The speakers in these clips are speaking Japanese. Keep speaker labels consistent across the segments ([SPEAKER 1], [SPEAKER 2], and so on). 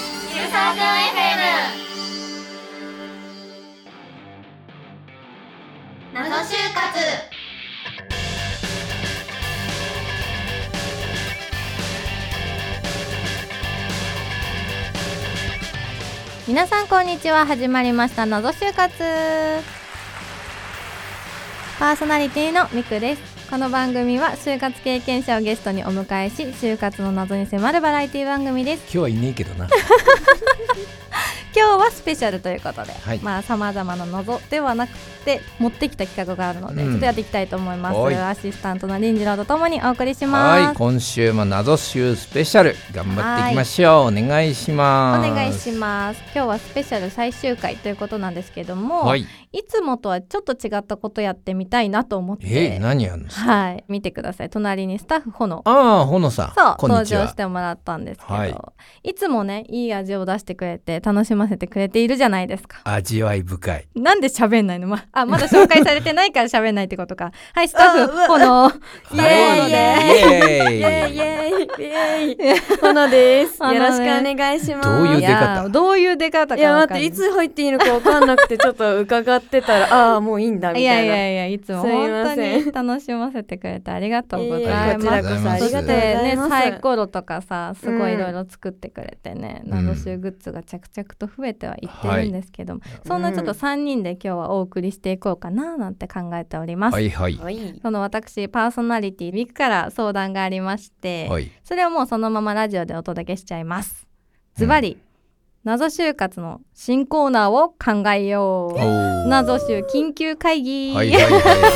[SPEAKER 1] ークン FM 謎就活
[SPEAKER 2] 皆さんこんにちは始まりました謎就活パーソナリティのみくですこの番組は就活経験者をゲストにお迎えし就活の謎に迫るバラエティ番組です
[SPEAKER 3] 今日はいねえけどな
[SPEAKER 2] 今日はスペシャルということで、
[SPEAKER 3] はい
[SPEAKER 2] まあさまざまな謎ではなくて持ってきた企画があるので、
[SPEAKER 3] うん
[SPEAKER 2] ちょっとやっていきたいと思います
[SPEAKER 3] はい
[SPEAKER 2] アシスタントの林次郎とともにお送りし
[SPEAKER 3] は
[SPEAKER 2] ま
[SPEAKER 3] い
[SPEAKER 2] す
[SPEAKER 3] 今週も謎集スペシャル頑張っていきましょうお願いし
[SPEAKER 2] お
[SPEAKER 3] ます
[SPEAKER 2] 願いします今日はスペシャル最終回ということなんですけども、、
[SPEAKER 3] はいい
[SPEAKER 2] つもとはちょっと違ったことやってみたいなと思って
[SPEAKER 3] え何やんの
[SPEAKER 2] はい、見てください。隣にスタッフ炎。
[SPEAKER 3] ああほのさん
[SPEAKER 2] そう
[SPEAKER 3] こん
[SPEAKER 2] 登
[SPEAKER 3] にち
[SPEAKER 2] 場
[SPEAKER 3] は
[SPEAKER 2] してもらったんですけど、
[SPEAKER 3] はいい、
[SPEAKER 2] つもねいい味を出してくれて楽しませてくれているじゃないですか
[SPEAKER 3] 味わい深い
[SPEAKER 2] なんで喋んないのまあまだ紹介されてないから喋んないってこと かはいスタッフ炎イ
[SPEAKER 3] な
[SPEAKER 2] エ
[SPEAKER 3] るほどねイ
[SPEAKER 4] イ
[SPEAKER 3] エ
[SPEAKER 4] エ
[SPEAKER 3] ーイ
[SPEAKER 4] イイエイイエイほのです。
[SPEAKER 2] ほ
[SPEAKER 4] よ
[SPEAKER 2] のね
[SPEAKER 4] ろしくお願いします。
[SPEAKER 3] どういう
[SPEAKER 2] い
[SPEAKER 3] 出方
[SPEAKER 2] やーどういう出方かわかんない
[SPEAKER 4] いや待っていつ入っていいのかわかんなくてちょっと伺ってたらああもういいんだみた
[SPEAKER 2] い
[SPEAKER 4] いな。
[SPEAKER 2] やいやいやいつも
[SPEAKER 4] すい
[SPEAKER 2] 本
[SPEAKER 4] ま
[SPEAKER 2] 当
[SPEAKER 4] せん
[SPEAKER 2] に楽しませてくれてありがとうご
[SPEAKER 4] い
[SPEAKER 2] ざ
[SPEAKER 4] や
[SPEAKER 2] い
[SPEAKER 4] こ
[SPEAKER 2] ます
[SPEAKER 4] ちらこそあり
[SPEAKER 2] そ
[SPEAKER 4] が
[SPEAKER 2] して
[SPEAKER 4] とうござ
[SPEAKER 2] ね
[SPEAKER 4] います。
[SPEAKER 2] サイコロとかさすごい
[SPEAKER 4] うん
[SPEAKER 2] いろいろ作ってくれてね、
[SPEAKER 3] ん
[SPEAKER 2] ナドシューグッズが着々と増えてはいってるんですけども、そんなちょっと
[SPEAKER 4] うん
[SPEAKER 2] 3人で今日はお送りしていこうかななんて考えております、
[SPEAKER 3] はいはい
[SPEAKER 4] はい。
[SPEAKER 2] その私パーソナリティミクから相談がありまして、
[SPEAKER 3] はい
[SPEAKER 2] それをもうそのままラジオでお届けしちゃいますズバリ謎就活の新コーナーを考えよ
[SPEAKER 3] お
[SPEAKER 2] う
[SPEAKER 3] ー
[SPEAKER 2] 謎就緊急会議、
[SPEAKER 3] はいはいはい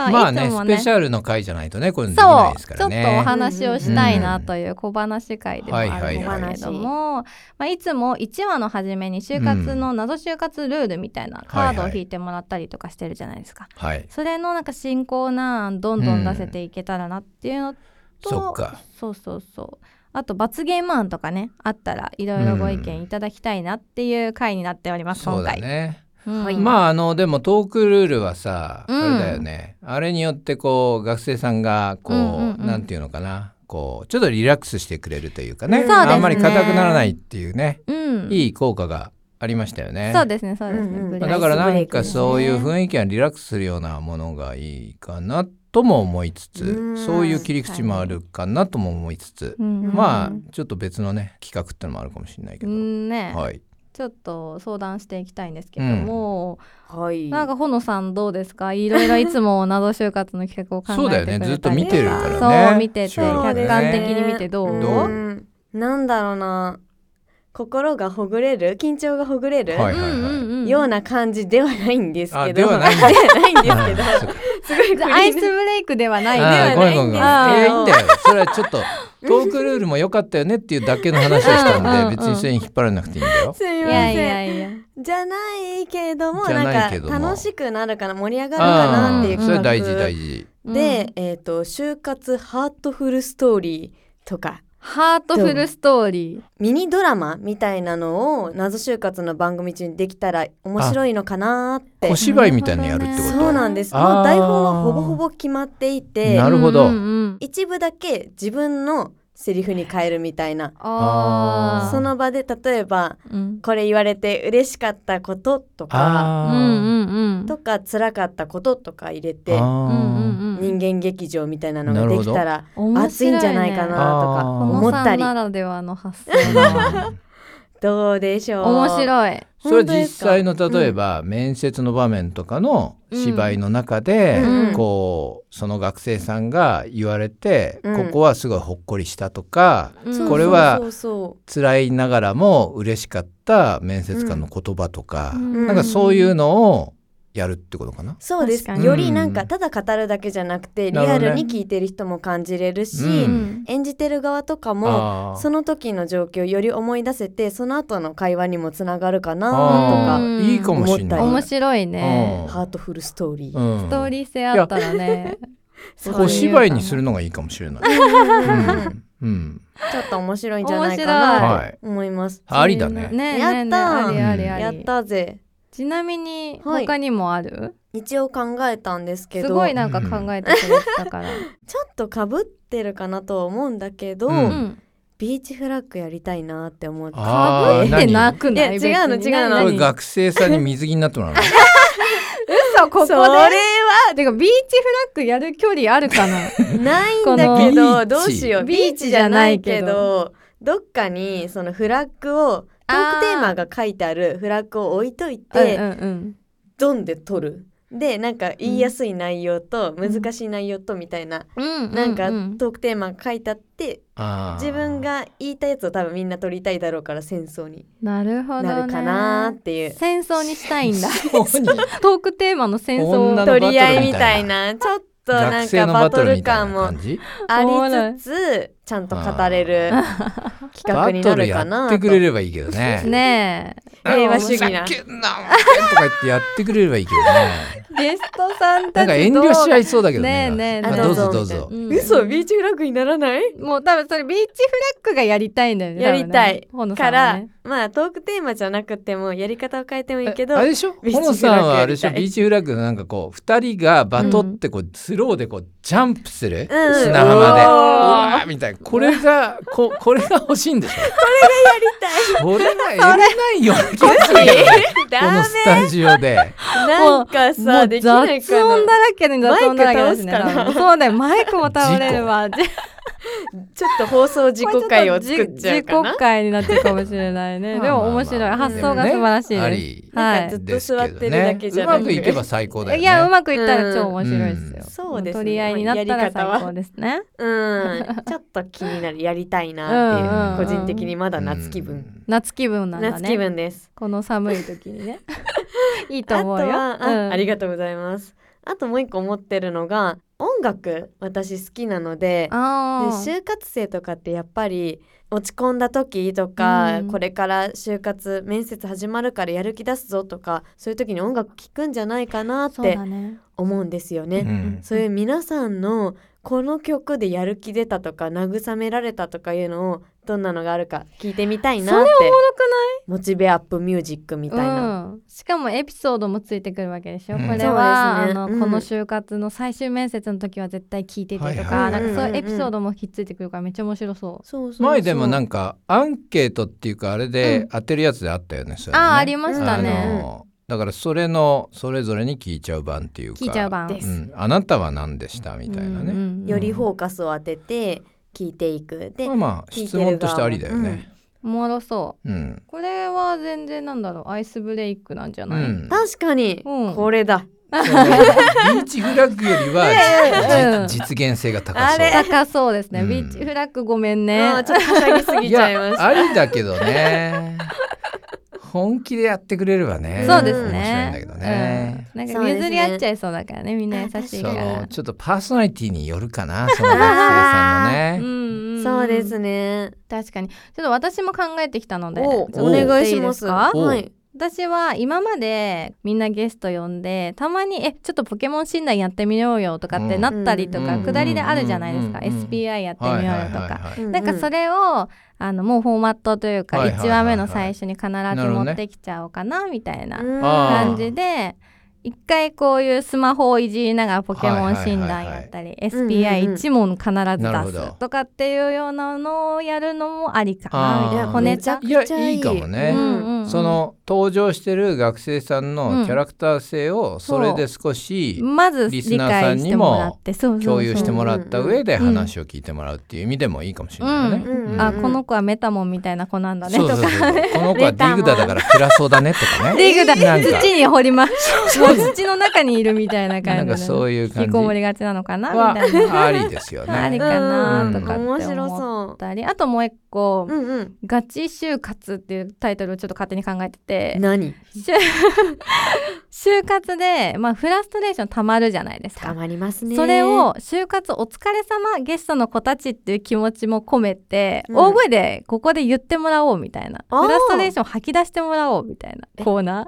[SPEAKER 3] は
[SPEAKER 2] そう
[SPEAKER 3] いまあね
[SPEAKER 2] いつも
[SPEAKER 3] スペシャルの回じゃないとねこれできな
[SPEAKER 2] そ、
[SPEAKER 3] いうですか
[SPEAKER 2] ちょ
[SPEAKER 3] ら
[SPEAKER 2] っと
[SPEAKER 3] ね
[SPEAKER 2] お話をしたいなという小話会でもある
[SPEAKER 3] はい
[SPEAKER 2] ん
[SPEAKER 3] はい
[SPEAKER 2] で
[SPEAKER 4] は
[SPEAKER 2] す
[SPEAKER 4] い
[SPEAKER 2] けども、まあ、いつも1話の初めに就活の謎就活ルールみたいなカードを引いてもらったりとかしてるじゃないですか。
[SPEAKER 3] はい
[SPEAKER 2] それのなんか進行な案どんどん出せていけたらなっていうのと、
[SPEAKER 3] うんそっか
[SPEAKER 2] そうそうそうあと罰ゲーム案とかねあったらいろいろご意見いただきたいなっていう回になっております、
[SPEAKER 3] そう
[SPEAKER 2] 今
[SPEAKER 3] だ
[SPEAKER 2] 回。
[SPEAKER 3] ね
[SPEAKER 2] うん
[SPEAKER 4] はい
[SPEAKER 3] まああのでもトークルールはさ、
[SPEAKER 2] うん
[SPEAKER 3] あれだよねあれによってこう学生さんがこう、
[SPEAKER 2] うんうんうん
[SPEAKER 3] なんていうのかなこうちょっとリラックスしてくれるというか
[SPEAKER 4] そ
[SPEAKER 3] ね
[SPEAKER 4] うですね
[SPEAKER 3] あんまり硬くならないっていうね、
[SPEAKER 2] うん、
[SPEAKER 3] いい効果がありましたよね。
[SPEAKER 2] そうですねそうですね、
[SPEAKER 4] うんうん
[SPEAKER 2] ブレ
[SPEAKER 3] ま
[SPEAKER 2] イ
[SPEAKER 3] あ
[SPEAKER 2] ク
[SPEAKER 3] だからな
[SPEAKER 4] ア
[SPEAKER 3] ん
[SPEAKER 4] イスブレイク
[SPEAKER 3] か
[SPEAKER 4] ですね
[SPEAKER 3] そういう雰囲気はリラックスするようなものがいいかなとも思いつつ、
[SPEAKER 4] うん
[SPEAKER 3] そういう切り口もあるかなとも思いつつ、
[SPEAKER 2] うんうん
[SPEAKER 3] まあちょっと別のね企画ってのもあるかもしれないけ
[SPEAKER 2] う
[SPEAKER 3] ど、
[SPEAKER 2] んね、
[SPEAKER 3] はい
[SPEAKER 2] ちょっと相談していきたいんですけども、
[SPEAKER 4] はい。
[SPEAKER 2] なんかほのさんどうですかいろいろいつも謎就活の企画を考えてくれたり
[SPEAKER 3] そうだよねずっと見てるからね
[SPEAKER 2] そう見てて
[SPEAKER 3] 収録
[SPEAKER 4] そうで
[SPEAKER 2] 客
[SPEAKER 4] すね
[SPEAKER 2] 観的に見てどう、
[SPEAKER 3] どう
[SPEAKER 4] うんなんだろうな心がほぐれる緊張がほぐれる、
[SPEAKER 3] はい
[SPEAKER 2] うんうんうん
[SPEAKER 4] ような感じではないんです
[SPEAKER 3] あ
[SPEAKER 4] けど。
[SPEAKER 3] ではない
[SPEAKER 4] ではないんですけど。
[SPEAKER 3] はい
[SPEAKER 4] すごいクリーン
[SPEAKER 2] アイスブレイクではないね
[SPEAKER 3] あーごめんごめんごめん。いやいいんだよ。それはちょっとトークルールも良かったよねっていうだけの話をした
[SPEAKER 2] うんうんうん
[SPEAKER 3] んで、別にそれに引っ張らなくていいん だよ。
[SPEAKER 4] すい
[SPEAKER 2] い
[SPEAKER 4] ま
[SPEAKER 2] やい
[SPEAKER 4] せん。
[SPEAKER 2] やいや
[SPEAKER 4] じゃないけども
[SPEAKER 3] じゃ
[SPEAKER 4] な
[SPEAKER 3] ない
[SPEAKER 4] ん
[SPEAKER 3] け
[SPEAKER 4] か
[SPEAKER 3] ども
[SPEAKER 4] 楽しくなるかな盛り上がるかな
[SPEAKER 3] あ
[SPEAKER 4] ってい
[SPEAKER 3] ー
[SPEAKER 4] う
[SPEAKER 3] それは
[SPEAKER 4] 企
[SPEAKER 3] 大
[SPEAKER 4] 画
[SPEAKER 3] 事大事。
[SPEAKER 4] で、えっ、と就活ハートフルストーリーとか
[SPEAKER 2] ハートフルストーリー
[SPEAKER 4] ミニドラマみたいなのを謎就活の番組中にできたら面白いのかなーって
[SPEAKER 3] 小芝居みたいなのやるってこ
[SPEAKER 2] 居
[SPEAKER 3] と。
[SPEAKER 4] そうなんです
[SPEAKER 3] あー
[SPEAKER 4] もう台本はほぼほぼ決まっていて
[SPEAKER 3] なるほど
[SPEAKER 2] うんうんうん
[SPEAKER 4] 一部だけ自分のセリフに変えるみたいな
[SPEAKER 2] あー
[SPEAKER 4] その場で例えば
[SPEAKER 2] うん
[SPEAKER 4] これ言われて嬉しかったこととか
[SPEAKER 2] うん
[SPEAKER 3] あ
[SPEAKER 2] う
[SPEAKER 3] ー
[SPEAKER 2] んうん
[SPEAKER 4] とか辛かったこととか入れて
[SPEAKER 2] う
[SPEAKER 3] あ
[SPEAKER 2] んう
[SPEAKER 3] ー
[SPEAKER 2] んうん
[SPEAKER 4] 人間劇場みたいなのができたら
[SPEAKER 2] 面
[SPEAKER 4] 熱
[SPEAKER 2] 白
[SPEAKER 4] い
[SPEAKER 2] ね
[SPEAKER 4] んじゃないかなとか
[SPEAKER 3] あー
[SPEAKER 2] こ
[SPEAKER 4] 思
[SPEAKER 2] の
[SPEAKER 4] っ
[SPEAKER 2] さ
[SPEAKER 4] た
[SPEAKER 2] ん
[SPEAKER 4] り
[SPEAKER 2] ならではの発想
[SPEAKER 4] どうでしょう
[SPEAKER 2] 面白い
[SPEAKER 3] それ
[SPEAKER 4] 本当
[SPEAKER 3] 実
[SPEAKER 4] ですか
[SPEAKER 3] 際の例えば面接の場面とかの芝居の中で
[SPEAKER 4] うん
[SPEAKER 3] こうその学生さんが言われて
[SPEAKER 4] うん
[SPEAKER 3] ここはすごいほっこりしたとか
[SPEAKER 2] うん
[SPEAKER 3] これは
[SPEAKER 4] そうそう
[SPEAKER 3] 辛いながらも嬉しかった面接官の言葉とか、
[SPEAKER 2] うん
[SPEAKER 3] なんかそういうのをやるってことかな。
[SPEAKER 4] そうそうです
[SPEAKER 2] 確かに
[SPEAKER 4] よりなん
[SPEAKER 3] う
[SPEAKER 4] か
[SPEAKER 3] ん
[SPEAKER 4] ただ語るだけじゃなくてリ
[SPEAKER 3] なるほ
[SPEAKER 4] ア
[SPEAKER 3] どね
[SPEAKER 4] ルに聞いてる人も感じれるし、
[SPEAKER 3] う
[SPEAKER 2] うんん
[SPEAKER 4] 演じてる側とかも
[SPEAKER 3] あー
[SPEAKER 4] その時の状況をより思い出せてその後の会話にもつながるか
[SPEAKER 2] あ
[SPEAKER 4] な
[SPEAKER 2] ー
[SPEAKER 4] と
[SPEAKER 2] うん
[SPEAKER 3] いいかもしれない。
[SPEAKER 4] 思
[SPEAKER 2] 面
[SPEAKER 4] っ
[SPEAKER 2] 白いね。
[SPEAKER 4] かハートフルストーリー、
[SPEAKER 3] うん
[SPEAKER 2] ストーリー性あったらね。
[SPEAKER 4] そう
[SPEAKER 3] お
[SPEAKER 2] し
[SPEAKER 3] 芝居にするのがいいかもしれない。う
[SPEAKER 4] ち
[SPEAKER 3] んうん、
[SPEAKER 4] ょっと面白いんじゃないかなと思います、
[SPEAKER 3] ありだね。
[SPEAKER 2] ね
[SPEAKER 4] やったー
[SPEAKER 2] ねねありありあ
[SPEAKER 4] やっ
[SPEAKER 2] り。
[SPEAKER 4] たぜ
[SPEAKER 2] ちなみに
[SPEAKER 4] はい
[SPEAKER 2] 他にもある？
[SPEAKER 4] 一応考えたんですけど
[SPEAKER 2] すごいなんか考えてくれてたから。
[SPEAKER 4] ちょっとかぶってるかなとは思うんだけど、
[SPEAKER 3] うん
[SPEAKER 2] うん。
[SPEAKER 4] ビーチフラッグやりたいなって思って
[SPEAKER 3] あー
[SPEAKER 2] かぶってなくない
[SPEAKER 4] 何いや違うの
[SPEAKER 2] 別に
[SPEAKER 4] 違うの
[SPEAKER 2] 何
[SPEAKER 3] こ
[SPEAKER 2] 々
[SPEAKER 3] れ学生さんに水着になってもらうの
[SPEAKER 2] 嘘ここで
[SPEAKER 4] それは
[SPEAKER 2] てかビーチフラッグやる距離あるかな
[SPEAKER 4] ないん
[SPEAKER 2] こ
[SPEAKER 4] だ
[SPEAKER 2] の
[SPEAKER 4] け
[SPEAKER 3] ビー
[SPEAKER 4] ど
[SPEAKER 3] チ
[SPEAKER 4] どうしよう
[SPEAKER 2] ビーチじゃないけど
[SPEAKER 4] どっかにそのフラッグをトークテーマが書いてあるフラッグを置いといて、
[SPEAKER 2] うんうん
[SPEAKER 4] ドンで撮るでなんか言いやすい内容と難しい内容とみたいな、
[SPEAKER 2] うんうん
[SPEAKER 4] なんか
[SPEAKER 2] うん
[SPEAKER 4] トークテーマが書いてあって
[SPEAKER 3] あー
[SPEAKER 4] 自分が言いたいやつを多分みんな撮りたいだろうから戦争に
[SPEAKER 2] なるほどね
[SPEAKER 4] なるかなっていう
[SPEAKER 2] 戦争にしたいんだ
[SPEAKER 3] そうに
[SPEAKER 2] トークテーマの戦
[SPEAKER 3] 女
[SPEAKER 2] 争
[SPEAKER 3] の
[SPEAKER 4] 取り合いみたいなちょっと
[SPEAKER 3] 学
[SPEAKER 4] なん
[SPEAKER 3] 生
[SPEAKER 4] か
[SPEAKER 3] の
[SPEAKER 4] バ
[SPEAKER 3] バト
[SPEAKER 4] ト
[SPEAKER 3] ル
[SPEAKER 4] ル
[SPEAKER 3] みたい
[SPEAKER 4] 感
[SPEAKER 3] な
[SPEAKER 4] も
[SPEAKER 3] 感じ
[SPEAKER 4] ありつつちゃんと語れる企画
[SPEAKER 3] バ
[SPEAKER 4] に
[SPEAKER 3] ト
[SPEAKER 4] な
[SPEAKER 3] ル
[SPEAKER 4] る
[SPEAKER 3] や
[SPEAKER 4] か
[SPEAKER 3] っ
[SPEAKER 4] な
[SPEAKER 3] てくれ
[SPEAKER 4] と
[SPEAKER 3] ればいいけどね
[SPEAKER 2] ねえ
[SPEAKER 4] 平和主義な
[SPEAKER 3] ふざけんなお前とか言ってやってくれればいいけど ね
[SPEAKER 2] ゲストさん
[SPEAKER 3] な
[SPEAKER 2] た
[SPEAKER 3] んか
[SPEAKER 2] ち
[SPEAKER 3] 遠
[SPEAKER 2] どう
[SPEAKER 3] 慮し合いそうだけどね
[SPEAKER 2] ねえねえ
[SPEAKER 3] まあ
[SPEAKER 2] ねえ
[SPEAKER 3] どうぞどうぞ
[SPEAKER 2] うん
[SPEAKER 4] 嘘ビーチフラッグにならない
[SPEAKER 2] もう多分それビーチフラッグがやりたいんだよね
[SPEAKER 4] やりたい
[SPEAKER 2] 多分ね
[SPEAKER 4] から、
[SPEAKER 2] ほのさんはね
[SPEAKER 4] まあトークテーマじゃなくてもやり方を変えてもいいけど
[SPEAKER 3] あれでしょ
[SPEAKER 4] ビーチフラッグ
[SPEAKER 3] ほのさんはあれでしょ
[SPEAKER 4] やりたい
[SPEAKER 3] ビーチフラッグのなんかこう二人がバトってこうスローでこうジャンプする
[SPEAKER 4] うん
[SPEAKER 3] 砂浜でう
[SPEAKER 4] おー
[SPEAKER 3] わーみたいなこれが ここれが欲しいんでしょこれがやりたいこれがやりないよこの
[SPEAKER 4] ダ
[SPEAKER 3] スタジオで
[SPEAKER 4] メなんか
[SPEAKER 2] も
[SPEAKER 4] さ
[SPEAKER 2] う
[SPEAKER 4] できない
[SPEAKER 2] 雑
[SPEAKER 4] か
[SPEAKER 2] 音
[SPEAKER 4] な
[SPEAKER 2] だらけに雑音だらけだしね
[SPEAKER 4] マイク倒すかな
[SPEAKER 2] そうだよマイクも倒れるわ
[SPEAKER 4] ちょっと放送事故回を作っちゃうか
[SPEAKER 2] 自
[SPEAKER 4] な
[SPEAKER 2] 己回になってるかもしれない ね。でも面白い、
[SPEAKER 3] まあまあまあ
[SPEAKER 2] 発想が素晴らしい
[SPEAKER 3] でもね
[SPEAKER 2] です。はい
[SPEAKER 3] あり
[SPEAKER 4] なんかずっと
[SPEAKER 3] ですけど
[SPEAKER 4] 座
[SPEAKER 3] ね
[SPEAKER 4] ってるだけじゃな
[SPEAKER 3] うま
[SPEAKER 4] く
[SPEAKER 3] くいけば最高だよね
[SPEAKER 2] いやうまくいったら超面白いですよ。
[SPEAKER 4] うんそうですね
[SPEAKER 2] 取り合いになったら最高ですね。
[SPEAKER 4] うんちょっと気になるやりたいなっていう
[SPEAKER 3] うん
[SPEAKER 4] 個人的にまだ夏気分
[SPEAKER 2] 夏気分なんだ
[SPEAKER 4] 夏気
[SPEAKER 2] ね。
[SPEAKER 4] 分です
[SPEAKER 2] この寒い時に ね。いいと
[SPEAKER 4] あと
[SPEAKER 2] 思うよ。
[SPEAKER 4] はああり
[SPEAKER 2] が
[SPEAKER 4] がとうございますあともう一個思ってるのが音楽私好きなのでで
[SPEAKER 2] あー
[SPEAKER 4] 就活生とかってやっぱり落ち込んだ時とか、
[SPEAKER 2] うん
[SPEAKER 4] これから就活面接始まるからやる気出すぞとかそういう時に音楽聴くんじゃないかなっ
[SPEAKER 2] そう
[SPEAKER 4] て
[SPEAKER 2] だね。
[SPEAKER 4] 思うんですよね。そう
[SPEAKER 3] うん
[SPEAKER 4] いう皆さんのこの曲でやる気出たとか慰められたとかいうのをどんなのがあるか聞いてみたいなってモチベアップミュージックみたいな。
[SPEAKER 2] うん、しかもエピソードもついてくるわけでしょ、
[SPEAKER 3] うん
[SPEAKER 2] これは、
[SPEAKER 4] そうですね
[SPEAKER 2] あの
[SPEAKER 4] うん
[SPEAKER 2] この就活の最終面接の時は絶対聞いててとか,、
[SPEAKER 3] はいは
[SPEAKER 2] な
[SPEAKER 3] い
[SPEAKER 2] んかそういうエピソードもひっついてくるからめっちゃ面白そう。
[SPEAKER 4] そうそうそう
[SPEAKER 3] 前でもなん
[SPEAKER 4] か
[SPEAKER 3] かアンケートっていうかあれ
[SPEAKER 2] う
[SPEAKER 3] で
[SPEAKER 2] ん
[SPEAKER 3] 当てるやつであったよね、それね
[SPEAKER 2] ああーありましたね。
[SPEAKER 3] あのだからそれのそれぞれに聞いちゃう版っていうか
[SPEAKER 2] 聞いちゃう版
[SPEAKER 4] です
[SPEAKER 3] んあなたは何でしたみたい
[SPEAKER 2] うん
[SPEAKER 3] なね、
[SPEAKER 2] うんうん
[SPEAKER 4] よりフォーカスを当てて聞いていくで、
[SPEAKER 3] まあまあ
[SPEAKER 4] 聞い
[SPEAKER 3] 質
[SPEAKER 4] てる側
[SPEAKER 3] 問としてありだよね
[SPEAKER 2] おもろそう
[SPEAKER 3] うん、
[SPEAKER 2] これは全然なんだろうアイスブレイクなんじゃ
[SPEAKER 3] う
[SPEAKER 2] ない、
[SPEAKER 3] ん
[SPEAKER 4] 確かに、
[SPEAKER 2] うん
[SPEAKER 4] これだ
[SPEAKER 3] そうビーチフラッグより
[SPEAKER 2] ええ
[SPEAKER 3] はじ実現性が高そう
[SPEAKER 4] あれ
[SPEAKER 2] 高そうですね、
[SPEAKER 3] うん
[SPEAKER 2] ビーチフラッグごめんね
[SPEAKER 4] あーちょっとはしゃぎすぎ
[SPEAKER 3] い
[SPEAKER 4] ちゃいまし
[SPEAKER 3] や
[SPEAKER 4] た。
[SPEAKER 3] ありだけどね本気でやってくれればね
[SPEAKER 2] そうです
[SPEAKER 3] 面白いんだ
[SPEAKER 2] ね
[SPEAKER 3] けどね、
[SPEAKER 2] うん、なん
[SPEAKER 4] そう
[SPEAKER 2] か
[SPEAKER 4] ですね
[SPEAKER 2] 譲り合っちゃいそうだからねみんな優しい
[SPEAKER 3] そ
[SPEAKER 2] から
[SPEAKER 3] うちょっとパーソナリティによるかなその学生さん のね、
[SPEAKER 2] んん
[SPEAKER 4] そうですね。
[SPEAKER 2] 確かにちょっと私も考えてきたので
[SPEAKER 4] お
[SPEAKER 2] ちょっと
[SPEAKER 4] お願いします。
[SPEAKER 2] でか
[SPEAKER 3] お
[SPEAKER 4] はい。
[SPEAKER 2] 私は今までみんなゲスト呼んでたまに「えちょっとポケモン診断やってみようよ」とかってなったりとか、
[SPEAKER 3] うん
[SPEAKER 2] 下りであるじゃないですか、
[SPEAKER 3] うんうんうんうん
[SPEAKER 2] SPI やってみよ
[SPEAKER 3] は
[SPEAKER 2] う
[SPEAKER 3] い
[SPEAKER 2] よ
[SPEAKER 3] はい
[SPEAKER 2] と
[SPEAKER 3] はい
[SPEAKER 2] か
[SPEAKER 3] はい
[SPEAKER 2] なんかそ
[SPEAKER 4] れ
[SPEAKER 2] れをあのもうフォーマットというか
[SPEAKER 3] はいはいはい
[SPEAKER 2] 1話目の最初に必ず
[SPEAKER 3] なるほど
[SPEAKER 2] 持
[SPEAKER 3] ね
[SPEAKER 2] ってきちゃおうかなみたいな
[SPEAKER 3] あー
[SPEAKER 2] 感じで一回こういうスマホをいじりながらポケモン診断
[SPEAKER 3] はいはいはいはい
[SPEAKER 2] やったり
[SPEAKER 4] うんうんうん
[SPEAKER 2] SPI1 問
[SPEAKER 3] なる
[SPEAKER 2] 必
[SPEAKER 3] ほ
[SPEAKER 2] ず出
[SPEAKER 3] ど
[SPEAKER 2] すとかっていうようなのをやるのもありかなみたい
[SPEAKER 3] あー
[SPEAKER 2] な
[SPEAKER 3] や
[SPEAKER 2] こねちゃ
[SPEAKER 4] ゃ
[SPEAKER 2] ん
[SPEAKER 4] く
[SPEAKER 3] い
[SPEAKER 4] ちゃ
[SPEAKER 3] や
[SPEAKER 4] いい
[SPEAKER 3] いいかもね、
[SPEAKER 2] うんうんうん
[SPEAKER 3] その登場してる学生さんのキャラクター性をそれで少し
[SPEAKER 2] まず
[SPEAKER 3] リ
[SPEAKER 2] 理
[SPEAKER 3] スナーさん
[SPEAKER 2] 解し
[SPEAKER 3] に
[SPEAKER 2] て
[SPEAKER 3] も
[SPEAKER 2] もらってそうそうそう
[SPEAKER 3] 共有してもらった上で
[SPEAKER 2] うん
[SPEAKER 3] 話を聞いてもらうっていう意味でもいいかもしれないよね。
[SPEAKER 4] うん
[SPEAKER 2] あこの子はメタモンみたいな子なんだね
[SPEAKER 3] そう
[SPEAKER 2] と
[SPEAKER 3] そう
[SPEAKER 2] か
[SPEAKER 3] そうそう この子はディグダだから暗そうだねとかね。
[SPEAKER 2] ディグダ
[SPEAKER 3] なんか
[SPEAKER 2] 土に掘りますもう土の中にいるみたいな感じ
[SPEAKER 3] なんか
[SPEAKER 2] で
[SPEAKER 3] そういう
[SPEAKER 2] 引
[SPEAKER 3] 感
[SPEAKER 2] き
[SPEAKER 3] じ
[SPEAKER 2] こもりがちなのかなみたいな
[SPEAKER 3] はありですよ
[SPEAKER 2] あり
[SPEAKER 3] ね。
[SPEAKER 2] かなとかって思っ
[SPEAKER 4] 面白そ
[SPEAKER 2] たりあともう一個、
[SPEAKER 4] う。うんうん。
[SPEAKER 2] ガチ就活っていうタイトルをちょっと勝手に考えてて
[SPEAKER 4] 何？
[SPEAKER 2] 就 就活で、まあ、フラストレーションたまるじゃないです
[SPEAKER 4] た
[SPEAKER 2] か。
[SPEAKER 4] まりますね。
[SPEAKER 2] それを就活お疲れ様ゲストの子たちっていう気持ちも込めて、
[SPEAKER 4] うん
[SPEAKER 2] 大声でここで言ってもらおうみたいな
[SPEAKER 4] あー
[SPEAKER 2] フラストレーションを吐き出してもらおうみたいなコーナ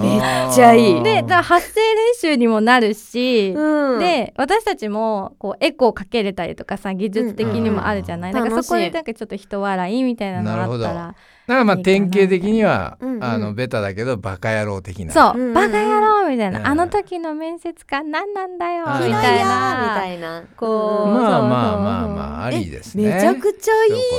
[SPEAKER 3] めっ
[SPEAKER 4] ちゃいい
[SPEAKER 2] ー。でだから発声練習にもなるし、
[SPEAKER 4] うん。
[SPEAKER 2] で私たちもこうエコーかけれたりとかさ技術的にもあるじゃない、
[SPEAKER 4] うんうん
[SPEAKER 2] だからそこ
[SPEAKER 4] 楽
[SPEAKER 2] で
[SPEAKER 4] しい
[SPEAKER 2] なんかちょっと人笑いみたいなのがあったら
[SPEAKER 3] だからまあ典型的には
[SPEAKER 4] うんうん
[SPEAKER 3] あのベタだけどバカ野郎的な。
[SPEAKER 2] そう、
[SPEAKER 4] うんうん
[SPEAKER 2] バカ野郎みたいな、
[SPEAKER 3] うん
[SPEAKER 2] あの時の面接官何なんだよ
[SPEAKER 3] あー
[SPEAKER 2] み
[SPEAKER 4] 嫌い
[SPEAKER 2] たい
[SPEAKER 4] やーみ
[SPEAKER 2] な
[SPEAKER 4] たいな。
[SPEAKER 2] こう
[SPEAKER 3] まあまあ
[SPEAKER 2] そうそう
[SPEAKER 3] まあまああありですね。
[SPEAKER 4] めちゃくちゃ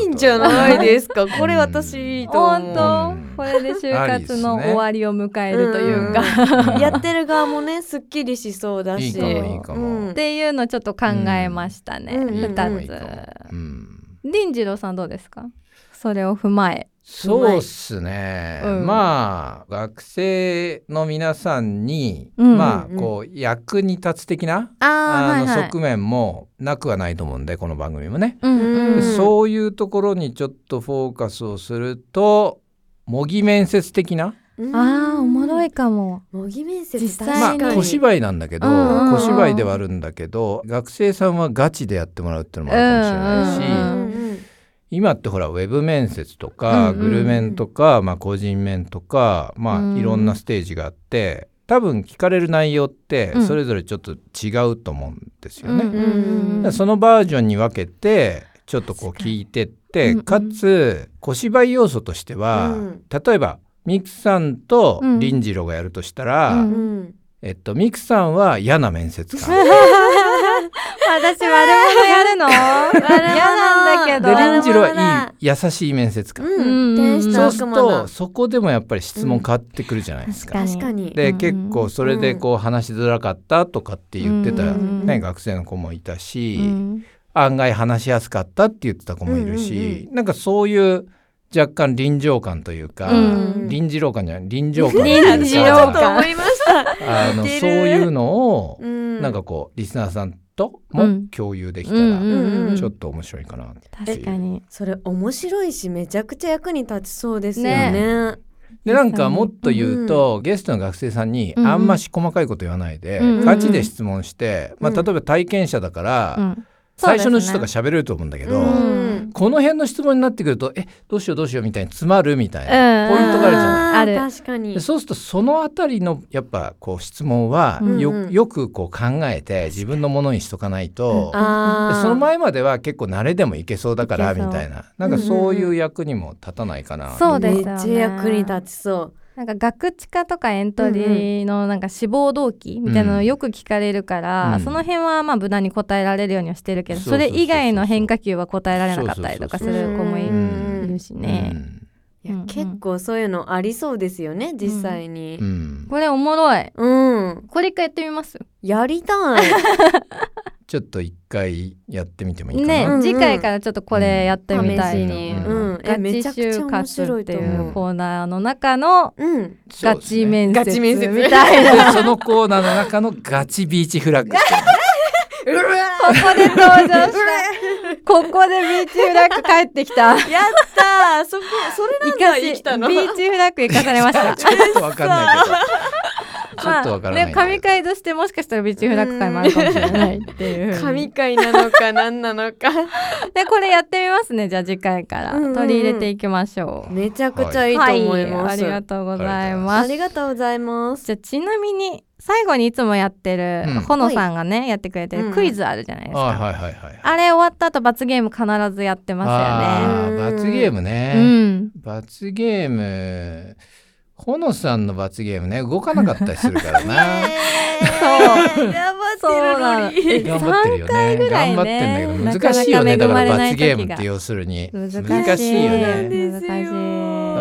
[SPEAKER 4] いいんじゃないですか。これ私いいと
[SPEAKER 2] 本
[SPEAKER 4] 思う。
[SPEAKER 2] 当これで就活の終わりを迎えるというか、
[SPEAKER 3] うん
[SPEAKER 4] やってる側もね、すっきりしそうだし。
[SPEAKER 3] いいかもいいかも
[SPEAKER 4] うん
[SPEAKER 2] っていうのをちょっと考えましたね、
[SPEAKER 4] うん
[SPEAKER 2] 二
[SPEAKER 4] うん
[SPEAKER 3] いいかもいい
[SPEAKER 2] つ。
[SPEAKER 3] かもうん
[SPEAKER 2] 林次郎さんどうですかそれを踏まえ
[SPEAKER 3] そうっすね、
[SPEAKER 2] うん
[SPEAKER 3] まあ学生の皆さんに、
[SPEAKER 2] うん
[SPEAKER 3] ま
[SPEAKER 4] うん
[SPEAKER 3] あこう役に立つ的な、
[SPEAKER 2] あ
[SPEAKER 3] あの
[SPEAKER 2] ー
[SPEAKER 3] 側面もなくはないと思うんでこの番組もね、
[SPEAKER 2] うんうん
[SPEAKER 4] うん
[SPEAKER 3] そういうところにちょっとフォーカスをすると模擬面接的な、
[SPEAKER 4] うん
[SPEAKER 2] あーおもろい。かも
[SPEAKER 4] 模擬面接
[SPEAKER 2] 実際に
[SPEAKER 3] ま
[SPEAKER 4] 確
[SPEAKER 3] あ
[SPEAKER 4] かに。
[SPEAKER 3] 小芝居なんだけど、
[SPEAKER 2] うん
[SPEAKER 4] うんうん
[SPEAKER 3] 小芝居ではあるんだけど学生さんはガチでやってもらうっていうのもあるかもしれないし、
[SPEAKER 2] うんうんうん
[SPEAKER 3] 今ってほらウェブ面接とか、
[SPEAKER 2] うん
[SPEAKER 3] グルメンとか、まあ、個人面とか、まあ
[SPEAKER 2] うん
[SPEAKER 3] いろんなステージがあって多分聞かれる内容って
[SPEAKER 2] うん
[SPEAKER 3] それぞれちょっと違うと思うんですよね。
[SPEAKER 2] うんうんうん
[SPEAKER 3] だからそのバージョンに分けてちょっとこう聞いてって
[SPEAKER 2] 確か
[SPEAKER 3] か
[SPEAKER 2] に
[SPEAKER 3] つ小芝居要素としては、
[SPEAKER 4] うん
[SPEAKER 3] 例えばミクさんと
[SPEAKER 2] うん
[SPEAKER 3] 林次郎がやるとしたら、
[SPEAKER 2] うん
[SPEAKER 4] うん。
[SPEAKER 3] えっと、ミクさんは嫌な面接官。
[SPEAKER 2] 私悪者やるの嫌なんだけ
[SPEAKER 3] で
[SPEAKER 2] ど
[SPEAKER 4] ドラえもん
[SPEAKER 3] 林次郎は
[SPEAKER 4] だ
[SPEAKER 3] いい優しい面接官。
[SPEAKER 4] うん。天使
[SPEAKER 3] そ
[SPEAKER 4] と
[SPEAKER 3] うす
[SPEAKER 4] 悪
[SPEAKER 3] る
[SPEAKER 4] 魔だ
[SPEAKER 3] と。そこでもやっぱり質問変わってくるじゃないですか。
[SPEAKER 2] うん
[SPEAKER 4] 確かに。
[SPEAKER 3] で、
[SPEAKER 2] うん
[SPEAKER 3] 結構それでこう話しづらかったとかって言ってた、
[SPEAKER 2] うん
[SPEAKER 3] ね、学生の子もいたし、
[SPEAKER 2] うん
[SPEAKER 3] 案外話しやすかったって言ってた子もいるし、
[SPEAKER 4] うんうん
[SPEAKER 3] なんかそういう若干臨場感というか、
[SPEAKER 2] うん
[SPEAKER 3] 臨時郎感じゃない臨場感という か
[SPEAKER 2] 臨時郎
[SPEAKER 4] ちょっと
[SPEAKER 2] 感
[SPEAKER 4] 思いました。
[SPEAKER 3] あの
[SPEAKER 4] 似
[SPEAKER 3] そう
[SPEAKER 4] てる
[SPEAKER 3] いうのを、
[SPEAKER 4] な
[SPEAKER 3] なんかこうリスナーさんと
[SPEAKER 2] う
[SPEAKER 3] も
[SPEAKER 2] ん
[SPEAKER 3] 共有できた
[SPEAKER 2] う
[SPEAKER 3] ら、
[SPEAKER 2] んうんうん
[SPEAKER 3] ちょっと面白いかなっていう
[SPEAKER 2] 確かに
[SPEAKER 4] それ面白いしめちゃくちゃ役に立ちそうですよ
[SPEAKER 2] ね
[SPEAKER 4] ね。
[SPEAKER 3] でなんかもっと言うと、ゲストの学生さんに
[SPEAKER 2] うんうん
[SPEAKER 3] あんまし細かいこと言わないで、
[SPEAKER 2] うんうん
[SPEAKER 3] ガチで質問して、まあ、
[SPEAKER 4] うん
[SPEAKER 3] 例えば体験者だから、
[SPEAKER 2] うん
[SPEAKER 3] 最初の人とか喋れると思うんだけど、
[SPEAKER 2] うん
[SPEAKER 3] この辺の質問になってくるとえどうしようどうしようみたいに詰まるみたいな、
[SPEAKER 2] うん
[SPEAKER 3] ポイントがあるじゃない。
[SPEAKER 2] んある
[SPEAKER 4] ー確かに
[SPEAKER 3] で。そうするとそのあたりのやっぱこう質問はよ,、
[SPEAKER 4] うんうん
[SPEAKER 3] よくこう考えて自分のものにしとかないと、
[SPEAKER 4] あ
[SPEAKER 3] で
[SPEAKER 4] ー
[SPEAKER 3] その前までは結構慣れでもいけそうだから
[SPEAKER 2] いけそう
[SPEAKER 3] みたいななんかそういう役にも立たないかなと
[SPEAKER 2] そうですよね
[SPEAKER 4] めっちゃ役に立ちそう。
[SPEAKER 2] なんか学知化とかエントリーのなんか志望動機みたいなのをよく聞かれるから、
[SPEAKER 3] うん
[SPEAKER 2] その辺はまあ無難に答えられるようにはしてるけど
[SPEAKER 3] そうそ
[SPEAKER 2] そう
[SPEAKER 3] そう
[SPEAKER 2] れ
[SPEAKER 3] そう
[SPEAKER 2] 以外の変化球は答えられなかったりとかす
[SPEAKER 3] そう
[SPEAKER 2] る子もい
[SPEAKER 4] うん
[SPEAKER 2] い
[SPEAKER 4] うん
[SPEAKER 2] るしね、
[SPEAKER 4] いや
[SPEAKER 2] うんうん
[SPEAKER 4] 結構そういうのありそうですよね実際に
[SPEAKER 3] うんう。ん
[SPEAKER 2] これおもろい
[SPEAKER 4] うん、
[SPEAKER 2] これ一回やってみます
[SPEAKER 4] やりたい。
[SPEAKER 3] ちょっと一回やってみてもいいかな。
[SPEAKER 2] ね、
[SPEAKER 4] うんうん
[SPEAKER 2] 次回からちょっとこれやってみたい、
[SPEAKER 4] 試し
[SPEAKER 3] うん
[SPEAKER 4] に。
[SPEAKER 3] うん
[SPEAKER 4] うん。え
[SPEAKER 2] ガチ
[SPEAKER 4] めちゃくちゃ
[SPEAKER 2] 就
[SPEAKER 4] 面
[SPEAKER 2] 活
[SPEAKER 4] 白
[SPEAKER 2] っ
[SPEAKER 4] い
[SPEAKER 2] て
[SPEAKER 4] と
[SPEAKER 2] い
[SPEAKER 4] 思
[SPEAKER 2] う
[SPEAKER 4] う。
[SPEAKER 2] コーナーの中の
[SPEAKER 4] うん。
[SPEAKER 3] そう
[SPEAKER 2] ガ
[SPEAKER 3] です
[SPEAKER 2] チ
[SPEAKER 3] ね
[SPEAKER 2] 面
[SPEAKER 4] ガチ面
[SPEAKER 2] 接
[SPEAKER 4] 接
[SPEAKER 2] みたいな、
[SPEAKER 3] でそのコーナーの中のガチビーチフラッグ。
[SPEAKER 4] うわ
[SPEAKER 2] ここで登場 したここでビーチフラッグ帰ってきた
[SPEAKER 4] やったー。そこそれ
[SPEAKER 2] 生
[SPEAKER 4] なん
[SPEAKER 2] か
[SPEAKER 4] だ
[SPEAKER 2] しビ
[SPEAKER 4] 生きたの。
[SPEAKER 2] ーチフラッグ生かされました
[SPEAKER 3] ちょっとわか んないけど。ちょっとわからない
[SPEAKER 2] ね、
[SPEAKER 3] んだけど。
[SPEAKER 2] 神会としてもしかしたらビーチフラッグ会もあるかもしれないっていう
[SPEAKER 4] 神回なのか何なのか。
[SPEAKER 2] でこれやってみますねじゃあ次回から
[SPEAKER 4] うんうんうん
[SPEAKER 2] 取り入れていきましょう、
[SPEAKER 4] めちゃくちゃいいと思います。
[SPEAKER 2] ありがとうございま
[SPEAKER 4] あ
[SPEAKER 2] す
[SPEAKER 4] りがとうございます。
[SPEAKER 2] じゃあちなみに最後にいつもやってる、
[SPEAKER 3] うん
[SPEAKER 2] ほのさんがねやってくれてるクイズあるじゃないですか、
[SPEAKER 3] はいはいはいはい。
[SPEAKER 2] あれ終わった後罰ゲーム必ずやってますよね
[SPEAKER 3] あー罰ゲーム
[SPEAKER 2] う
[SPEAKER 3] ね。
[SPEAKER 2] ん
[SPEAKER 3] 罰ゲーム。ほのさんの罰ゲームね動かなかったりするから な。
[SPEAKER 4] そう。頑
[SPEAKER 2] そう
[SPEAKER 4] 張
[SPEAKER 2] な
[SPEAKER 4] っ
[SPEAKER 2] の
[SPEAKER 4] てるのに。
[SPEAKER 3] 頑張ってるよね。
[SPEAKER 2] ぐらいね
[SPEAKER 3] 頑張ってんだけど難しいよね。
[SPEAKER 2] なかなか恵まれ
[SPEAKER 3] だから
[SPEAKER 2] ない
[SPEAKER 3] 罰
[SPEAKER 2] 時が
[SPEAKER 3] ゲームって要するに
[SPEAKER 2] 難しい
[SPEAKER 3] いよ
[SPEAKER 4] そうなん
[SPEAKER 3] ね。
[SPEAKER 4] ですよ
[SPEAKER 2] 難
[SPEAKER 3] だ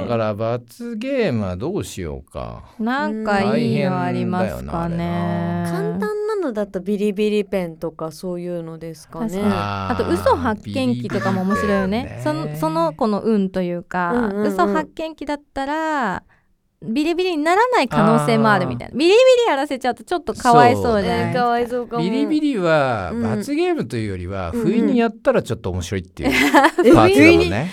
[SPEAKER 2] しい
[SPEAKER 3] から罰ゲームはどうしようか。
[SPEAKER 2] なんかいいのありますか
[SPEAKER 3] 大変だよ
[SPEAKER 2] ね
[SPEAKER 4] 簡単なのだとビリビリペンとかそういうのですか
[SPEAKER 2] 確
[SPEAKER 4] ね。
[SPEAKER 2] かに
[SPEAKER 3] あー
[SPEAKER 2] あと嘘発見器とかも面白いよね
[SPEAKER 3] ビリビリだ
[SPEAKER 2] そ
[SPEAKER 3] よね
[SPEAKER 2] のその子の運というか、
[SPEAKER 4] うんうんうん
[SPEAKER 2] 嘘発見器だったらビリビリにならない可能性もあるみたいなビリビリやらせちゃうとちょっとかわいそうじゃない
[SPEAKER 4] ね
[SPEAKER 2] です
[SPEAKER 4] か
[SPEAKER 2] か
[SPEAKER 4] わいそうかも。
[SPEAKER 3] ビリビ
[SPEAKER 4] リ。
[SPEAKER 3] リは
[SPEAKER 4] うん
[SPEAKER 3] 罰ゲームというよりは、
[SPEAKER 4] うん
[SPEAKER 3] 不意にやったらちょっと面白いっていう
[SPEAKER 4] え
[SPEAKER 3] パーツだ
[SPEAKER 4] 不
[SPEAKER 3] も
[SPEAKER 4] 意
[SPEAKER 3] ん
[SPEAKER 4] に
[SPEAKER 3] ね。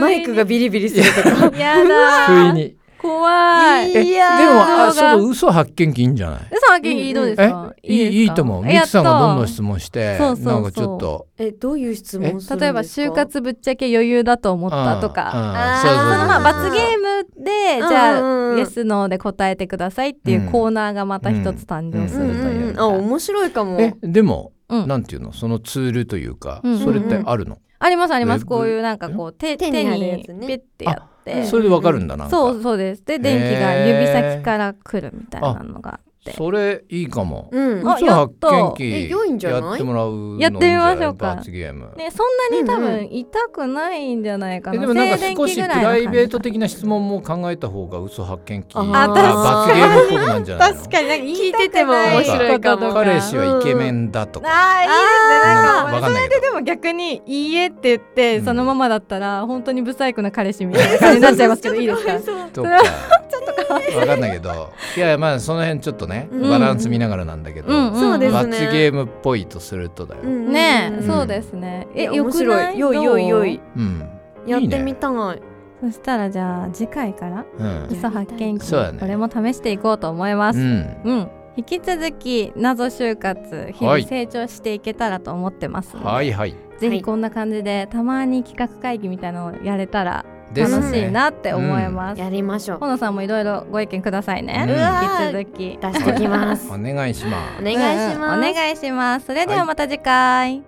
[SPEAKER 4] マイクがビリビリすると か。
[SPEAKER 2] やだ
[SPEAKER 3] 不意に。
[SPEAKER 2] 怖い
[SPEAKER 4] い
[SPEAKER 3] え、
[SPEAKER 4] い
[SPEAKER 3] で
[SPEAKER 4] やー
[SPEAKER 3] も、あ
[SPEAKER 2] 動画
[SPEAKER 3] そこ嘘発見器いいんじゃない
[SPEAKER 2] 嘘発見器どうです
[SPEAKER 3] え
[SPEAKER 2] か、
[SPEAKER 3] いい
[SPEAKER 2] ですか
[SPEAKER 3] いいと思う。ミクさんがどんどん質問して、
[SPEAKER 2] そうそうそう
[SPEAKER 3] なんかちょっと。
[SPEAKER 4] えどういう質問するんですか。
[SPEAKER 2] 例えば就活ぶっちゃけ余裕だと思ったと
[SPEAKER 3] うん
[SPEAKER 2] か、
[SPEAKER 4] あー
[SPEAKER 3] そう
[SPEAKER 2] そ
[SPEAKER 3] そうそう
[SPEAKER 2] のまあ罰ゲ
[SPEAKER 3] ム
[SPEAKER 2] ームで、
[SPEAKER 4] うん
[SPEAKER 2] じゃあ、
[SPEAKER 4] うんうん
[SPEAKER 2] イエスノーで答えてくださいっていうコーナーがまた一つ誕生す
[SPEAKER 4] うん
[SPEAKER 2] ると
[SPEAKER 4] う
[SPEAKER 2] い
[SPEAKER 4] ん
[SPEAKER 2] う
[SPEAKER 4] うん。
[SPEAKER 2] か、
[SPEAKER 4] あ面白いかも。
[SPEAKER 3] え、でも、
[SPEAKER 2] うん
[SPEAKER 3] なんていうのそのツールというか、
[SPEAKER 2] うん
[SPEAKER 3] それってあるの、
[SPEAKER 2] ありますありま
[SPEAKER 3] ウェ
[SPEAKER 2] す
[SPEAKER 3] ブ
[SPEAKER 2] こういうなんかこう手手
[SPEAKER 4] 手
[SPEAKER 2] に
[SPEAKER 4] に
[SPEAKER 2] ピ
[SPEAKER 4] 貼るやつね
[SPEAKER 2] ッてやって
[SPEAKER 4] あ
[SPEAKER 2] そ
[SPEAKER 3] それでわかるんだなんか
[SPEAKER 2] うそうですで電気が指先から来るみたいなのがあってって
[SPEAKER 3] それいいかも。
[SPEAKER 4] うん
[SPEAKER 2] あ
[SPEAKER 3] 宇宙発見
[SPEAKER 4] え
[SPEAKER 3] 記
[SPEAKER 4] 良いんじゃない
[SPEAKER 3] やってもらうのいいんじ
[SPEAKER 2] や
[SPEAKER 3] ゃ
[SPEAKER 2] っ
[SPEAKER 3] な
[SPEAKER 2] てみまし
[SPEAKER 3] い
[SPEAKER 2] ょうか
[SPEAKER 3] 罰ゲーム。
[SPEAKER 2] ねそんなに多
[SPEAKER 4] うんう
[SPEAKER 2] 分痛くないんじゃないか
[SPEAKER 3] え
[SPEAKER 2] な、
[SPEAKER 3] でもなんか
[SPEAKER 2] 静電
[SPEAKER 3] 少
[SPEAKER 2] 気
[SPEAKER 3] し
[SPEAKER 2] ぐ
[SPEAKER 3] プ
[SPEAKER 2] らいの
[SPEAKER 3] ライベート
[SPEAKER 2] 感じ
[SPEAKER 3] 的な質問も考えた方が嘘発見器
[SPEAKER 4] あ
[SPEAKER 3] あ
[SPEAKER 4] ー
[SPEAKER 3] 罰ゲームっぽくなんじゃないの
[SPEAKER 2] 確かになんか聞いて
[SPEAKER 4] ても
[SPEAKER 3] 面白
[SPEAKER 4] いかも
[SPEAKER 3] 彼氏はイケメンだとか、
[SPEAKER 2] あ
[SPEAKER 3] わ
[SPEAKER 2] あいいですねなんか
[SPEAKER 3] かんないけど
[SPEAKER 2] でも逆に「いいえ」って言って、
[SPEAKER 3] うん
[SPEAKER 2] そのままだったら本当に不細工な彼氏みたいな感じになっちゃいますけどいいですか
[SPEAKER 3] とかわかんないけどいやまあその辺ちょっとね
[SPEAKER 4] うん
[SPEAKER 3] バランス見ながらなんだけど、
[SPEAKER 2] うんうん
[SPEAKER 4] そうですね
[SPEAKER 3] 罰ゲームっぽいとするとだよ、うん
[SPEAKER 2] ねえ、
[SPEAKER 3] ん
[SPEAKER 2] そうですねえ
[SPEAKER 4] え
[SPEAKER 2] よ
[SPEAKER 4] 面
[SPEAKER 2] く
[SPEAKER 4] 白
[SPEAKER 2] ないい
[SPEAKER 4] 良い
[SPEAKER 2] ど
[SPEAKER 4] 良
[SPEAKER 2] う
[SPEAKER 4] い良いやってみ
[SPEAKER 3] いいね
[SPEAKER 4] たい
[SPEAKER 2] そしたらじゃあ次回から
[SPEAKER 3] うん
[SPEAKER 2] 嘘発見器、
[SPEAKER 3] そうだね
[SPEAKER 2] これも試していこうと思いま
[SPEAKER 3] う
[SPEAKER 2] す、
[SPEAKER 3] ん
[SPEAKER 2] うん引き続き謎就活日
[SPEAKER 3] は
[SPEAKER 2] 々
[SPEAKER 3] い
[SPEAKER 2] 成長していけたらと思ってますので、
[SPEAKER 3] はいはい
[SPEAKER 2] ぜ
[SPEAKER 4] は
[SPEAKER 2] ひ
[SPEAKER 4] い
[SPEAKER 2] こんな感じでたまに企画会議みたいなのをやれたら
[SPEAKER 3] ですね
[SPEAKER 2] 楽しいなって思います、
[SPEAKER 4] やりましょう
[SPEAKER 2] ほのさんもいろいろご意見くださいね、
[SPEAKER 3] うんうわ
[SPEAKER 2] 引き続き
[SPEAKER 4] 出してきます
[SPEAKER 3] お願いします
[SPEAKER 4] お願いします
[SPEAKER 2] うんうんお願いしますそれではまた次回、